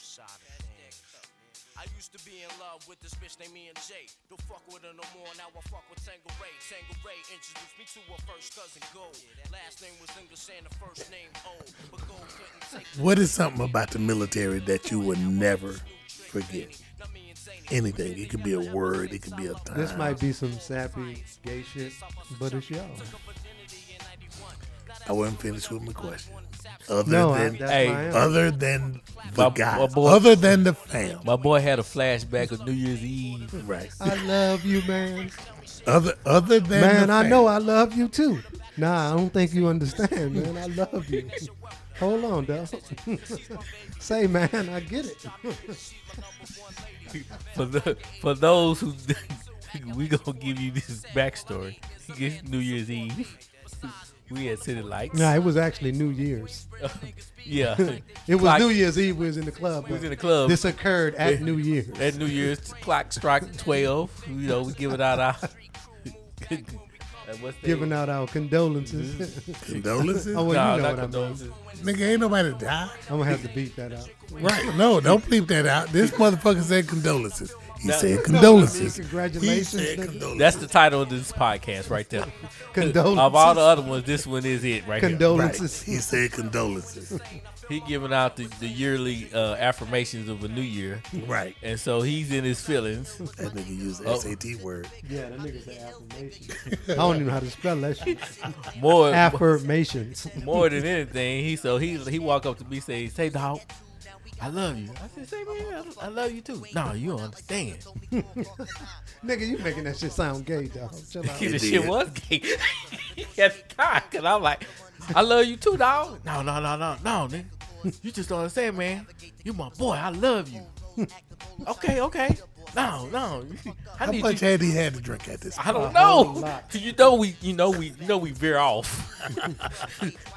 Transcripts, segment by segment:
side of things. I used to be in love with this bitch named me and Jay. Don't fuck with her no more, now I fuck with Tangeray. Tangeray introduced me to her first cousin Gold. Last name was English and the first name O. But Gold couldn't take What is something about the military that you would never forget? Anything. It could be a word. It could be a time. This might be some sappy gay shit, but it's y'all. I wasn't finished with my question. Other No, I, than that's Hey, my answer. other than the My- guy, my boy- other than the fam, My boy had a flashback of New Year's Eve. right? I love you, man. Other other than Man, the I fam. know I love you too. Nah, I don't think you understand, man. I love you. Hold on, dog. Say, man, I get it. For the for those who we gonna give you this backstory. It's New Year's Eve. We had City Lights. Nah, it was actually New Year's. Yeah. It was Clock- New Year's Eve. We was in the club. We was but in the club. This occurred at New Year's. At New Year's clock strike twelve. You know, we giving out our what's that? Giving out our condolences. condolences. oh, well, Nah, you know not what I mean. condolences. Nigga, ain't nobody die. I'm gonna have to beat that out. Right? No, don't bleep that out. This motherfucker said condolences. He That- said condolences. Congratulations, He said nigga. condolences. That's the title of this podcast right there. Condolences. of all the other ones, this one is it right here. right. condolences. He said condolences. He giving out the, the yearly uh, affirmations of a new year, right. and so he's in his feelings. That nigga used the Oh. SAT word. Yeah, that nigga said affirmation. I don't even know how to spell that shit. More Affirmations. more than anything, he so he he walk up to me say, "Say dog, I love you." I said, "Say man, I, I love you too." No, you don't understand. Nigga, you making that shit sound gay, dog. Chill out. the It shit did. was gay. At the time, cause I'm like, I love you too, dog. No, no, no, no, no, nigga. You just don't understand, man. You my boy. I love you. okay, okay. No, no. I How need much you. had he had to drink at this? I A don't whole know. lot. You know we, you know we, you know we veer off.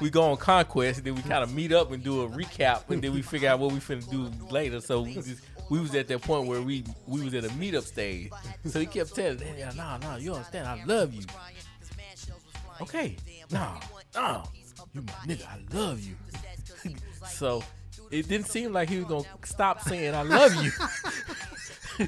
we go on conquest, and then we kind of meet up and do a recap, and then we figure out what we finna do later. So we just, we was at that point where we, we was at a meetup stage. So he kept telling, "Yeah, nah, nah, you understand? I love you. Okay, nah, nah, you my nigga. I love you." so it didn't seem like he was gonna stop saying "I love you."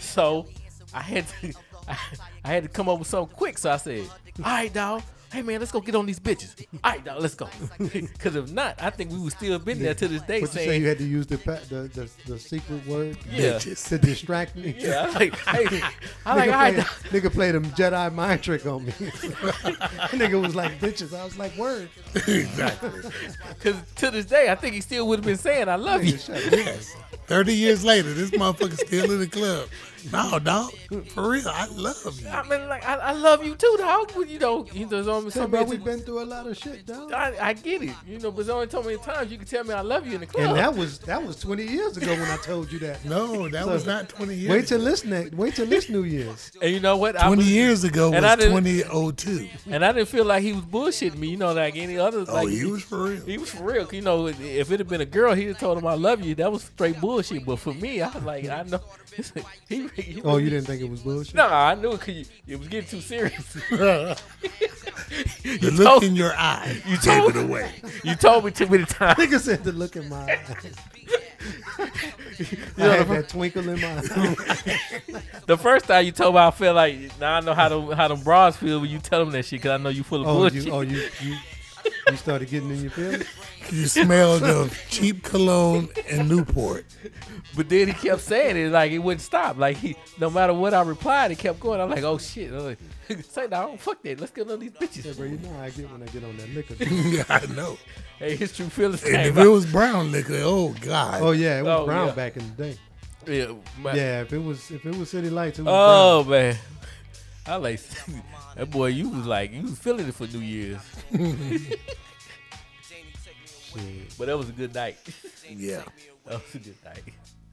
so I had to, I, I had to come up with something quick. So I said, "All right, dog." Hey man, let's go get on these bitches. All right, dog, let's go. Because if not, I think we would still been there to this But day you say saying, you had to use the pa- the, the the secret word "Yeah, to Bitches. distract me. yeah." I'm like, hey, I'm Nigga, like, all right, played, dog. nigga played him Jedi mind trick on me. nigga was like bitches. I was like word. Because to this day, I think he still would have been saying, "I love you." Nigga, shut up. 30 years later, this motherfucker's still in the club. No, dog. For real, I love you. I mean, like, I, I love you too, dog. But, You know, you know, it's only so Hey, bro, many. we've been through a lot of shit, dog. I, I get it, you know, but it's only so many times you can tell me I love you in the club. And that was that was 20 years ago when I told you that. No, that was not 20 years Wait till this next. Wait till this New Year's. And you know what? I 20 was- years ago was And I didn't- 2002. And I didn't feel like he was bullshitting me, you know, like any other. Oh, like, you was for real. He was for real. 'cause, You know, if it had been a girl, he'd have told him I love you. That was straight bullshit. But for me, I was like, I know. he, he- Oh, you didn't think it was bullshit? No, I knew it. 'cause you- it was getting too serious. The you, look told, in your eye you told- gave it away. you told me too many times. Nigga said to look in my eyes. I had that twinkle in my eye. The first time you told me, I felt like now I know how them how them bras feel when you tell them that shit. Cause I know you full of Oh, bullshit. you, oh, you, you, you started getting in your feelings. You smelled of cheap cologne and Newport. But then he kept saying it like it wouldn't stop. Like he, no matter what I replied, it kept going. I'm like, oh shit. I'm like, Say no, fuck that. Let's get on these Yeah, bitches. bro, you know how I get when I get on that liquor. I know. Hey, his true feelings And came if it out. was brown liquor, oh, God. Oh yeah, it was Oh, brown yeah. back in the day. Yeah, my- Yeah, if it was if it was City Lights, it was Oh man, I like that boy. You was like you was feeling it for New Year's, brown. Shit. but that was a good night. Yeah. That was a good night.